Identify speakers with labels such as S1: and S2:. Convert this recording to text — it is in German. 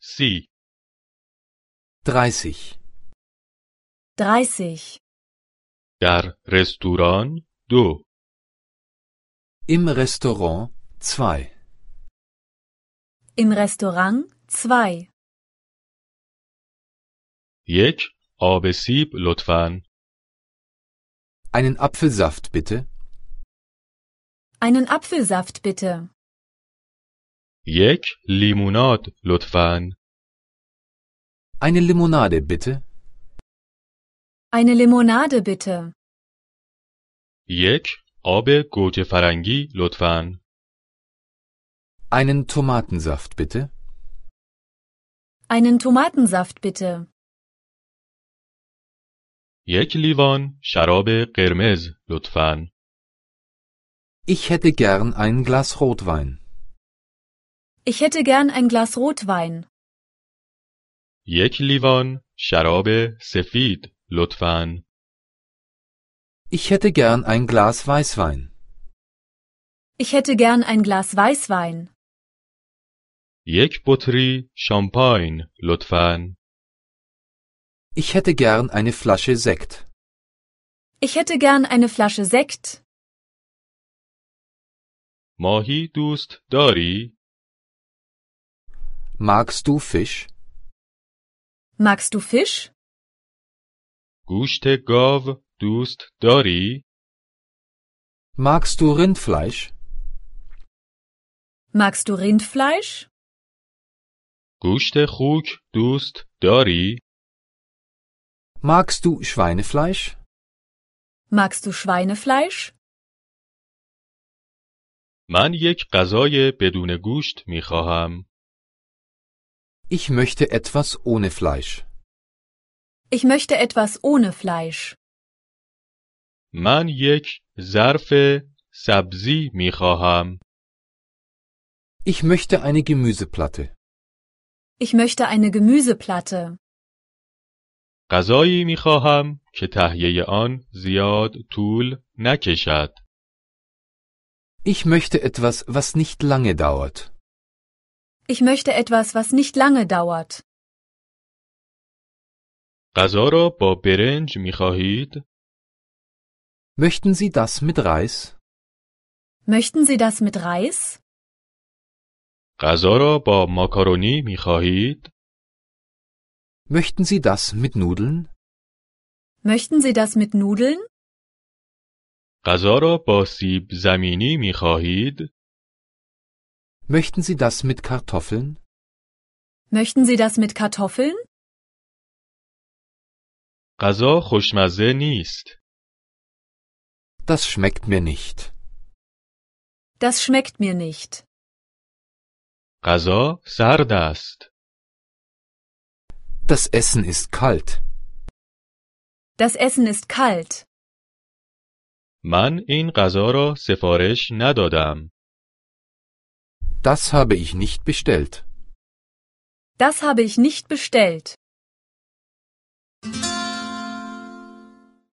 S1: C.
S2: 30.
S3: 30.
S1: در رستوران دو.
S2: Im Restaurant 2.
S3: Im Restaurant 2.
S1: یک آب سیب لطفاً.
S2: Einen Apfelsaft bitte.
S3: Einen Apfelsaft bitte.
S1: یک لیموناد لطفاً.
S2: Eine Limonade bitte.
S3: Eine Limonade bitte.
S1: یک آب گوجه فرنگی لطفاً.
S2: Einen Tomatensaft bitte.
S3: Einen Tomatensaft bitte.
S1: یک لیوان شراب قرمز لطفاً.
S2: Ich hätte gern ein Glas Rotwein.
S3: Ich hätte gern ein Glas Rotwein.
S1: یک لیوان شراب سفید لطفاً.
S2: Ich hätte gern ein Glas Weißwein.
S3: Ich hätte gern ein Glas Weißwein.
S1: یک بطری شامپاین لطفاً.
S2: Ich hätte gern eine Flasche Sekt.
S3: Ich hätte gern eine Flasche Sekt.
S1: ماهی دوست داری؟
S2: Magst du Fisch?
S3: Magst du Fisch?
S1: گوشت گاو دوست داری؟
S2: Magst du Rindfleisch?
S3: Magst du Rindfleisch?
S1: گوشت خوک دوست داری؟
S2: Magst du Schweinefleisch?
S3: Magst du Schweinefleisch?
S1: من یک غذای بدون گوشت می خواهم.
S2: Ich möchte etwas ohne Fleisch.
S3: Ich möchte etwas ohne Fleisch.
S1: من یک ظرف سبزی می خواهم.
S2: Ich möchte eine Gemüseplatte.
S3: Ich möchte eine Gemüseplatte.
S1: غذایی می خواهم که تهیه آن زیاد طول نکشد.
S2: Ich möchte etwas, was nicht lange dauert.
S3: Ich möchte etwas, was nicht lange dauert.
S1: غذا را با برنج می خواهید؟
S2: Möchten Sie das mit Reis?
S3: Möchten Sie das mit Reis?
S1: غذا را با ماکارونی می خواهید؟
S2: Möchten Sie das mit Nudeln?
S3: Möchten Sie das mit Nudeln?
S1: غذا را با سیب زمینی می خواهید؟
S2: Möchten Sie das mit Kartoffeln?
S3: Möchten Sie das mit Kartoffeln?
S1: غذا خوشمزه نیست.
S2: Das schmeckt mir nicht.
S3: Das schmeckt mir nicht.
S1: غذا سرد است.
S2: Das Essen ist kalt.
S3: Das Essen ist kalt.
S1: من این غذا را سفارش ندادم.
S2: Das habe ich nicht bestellt.
S3: Das habe ich nicht bestellt.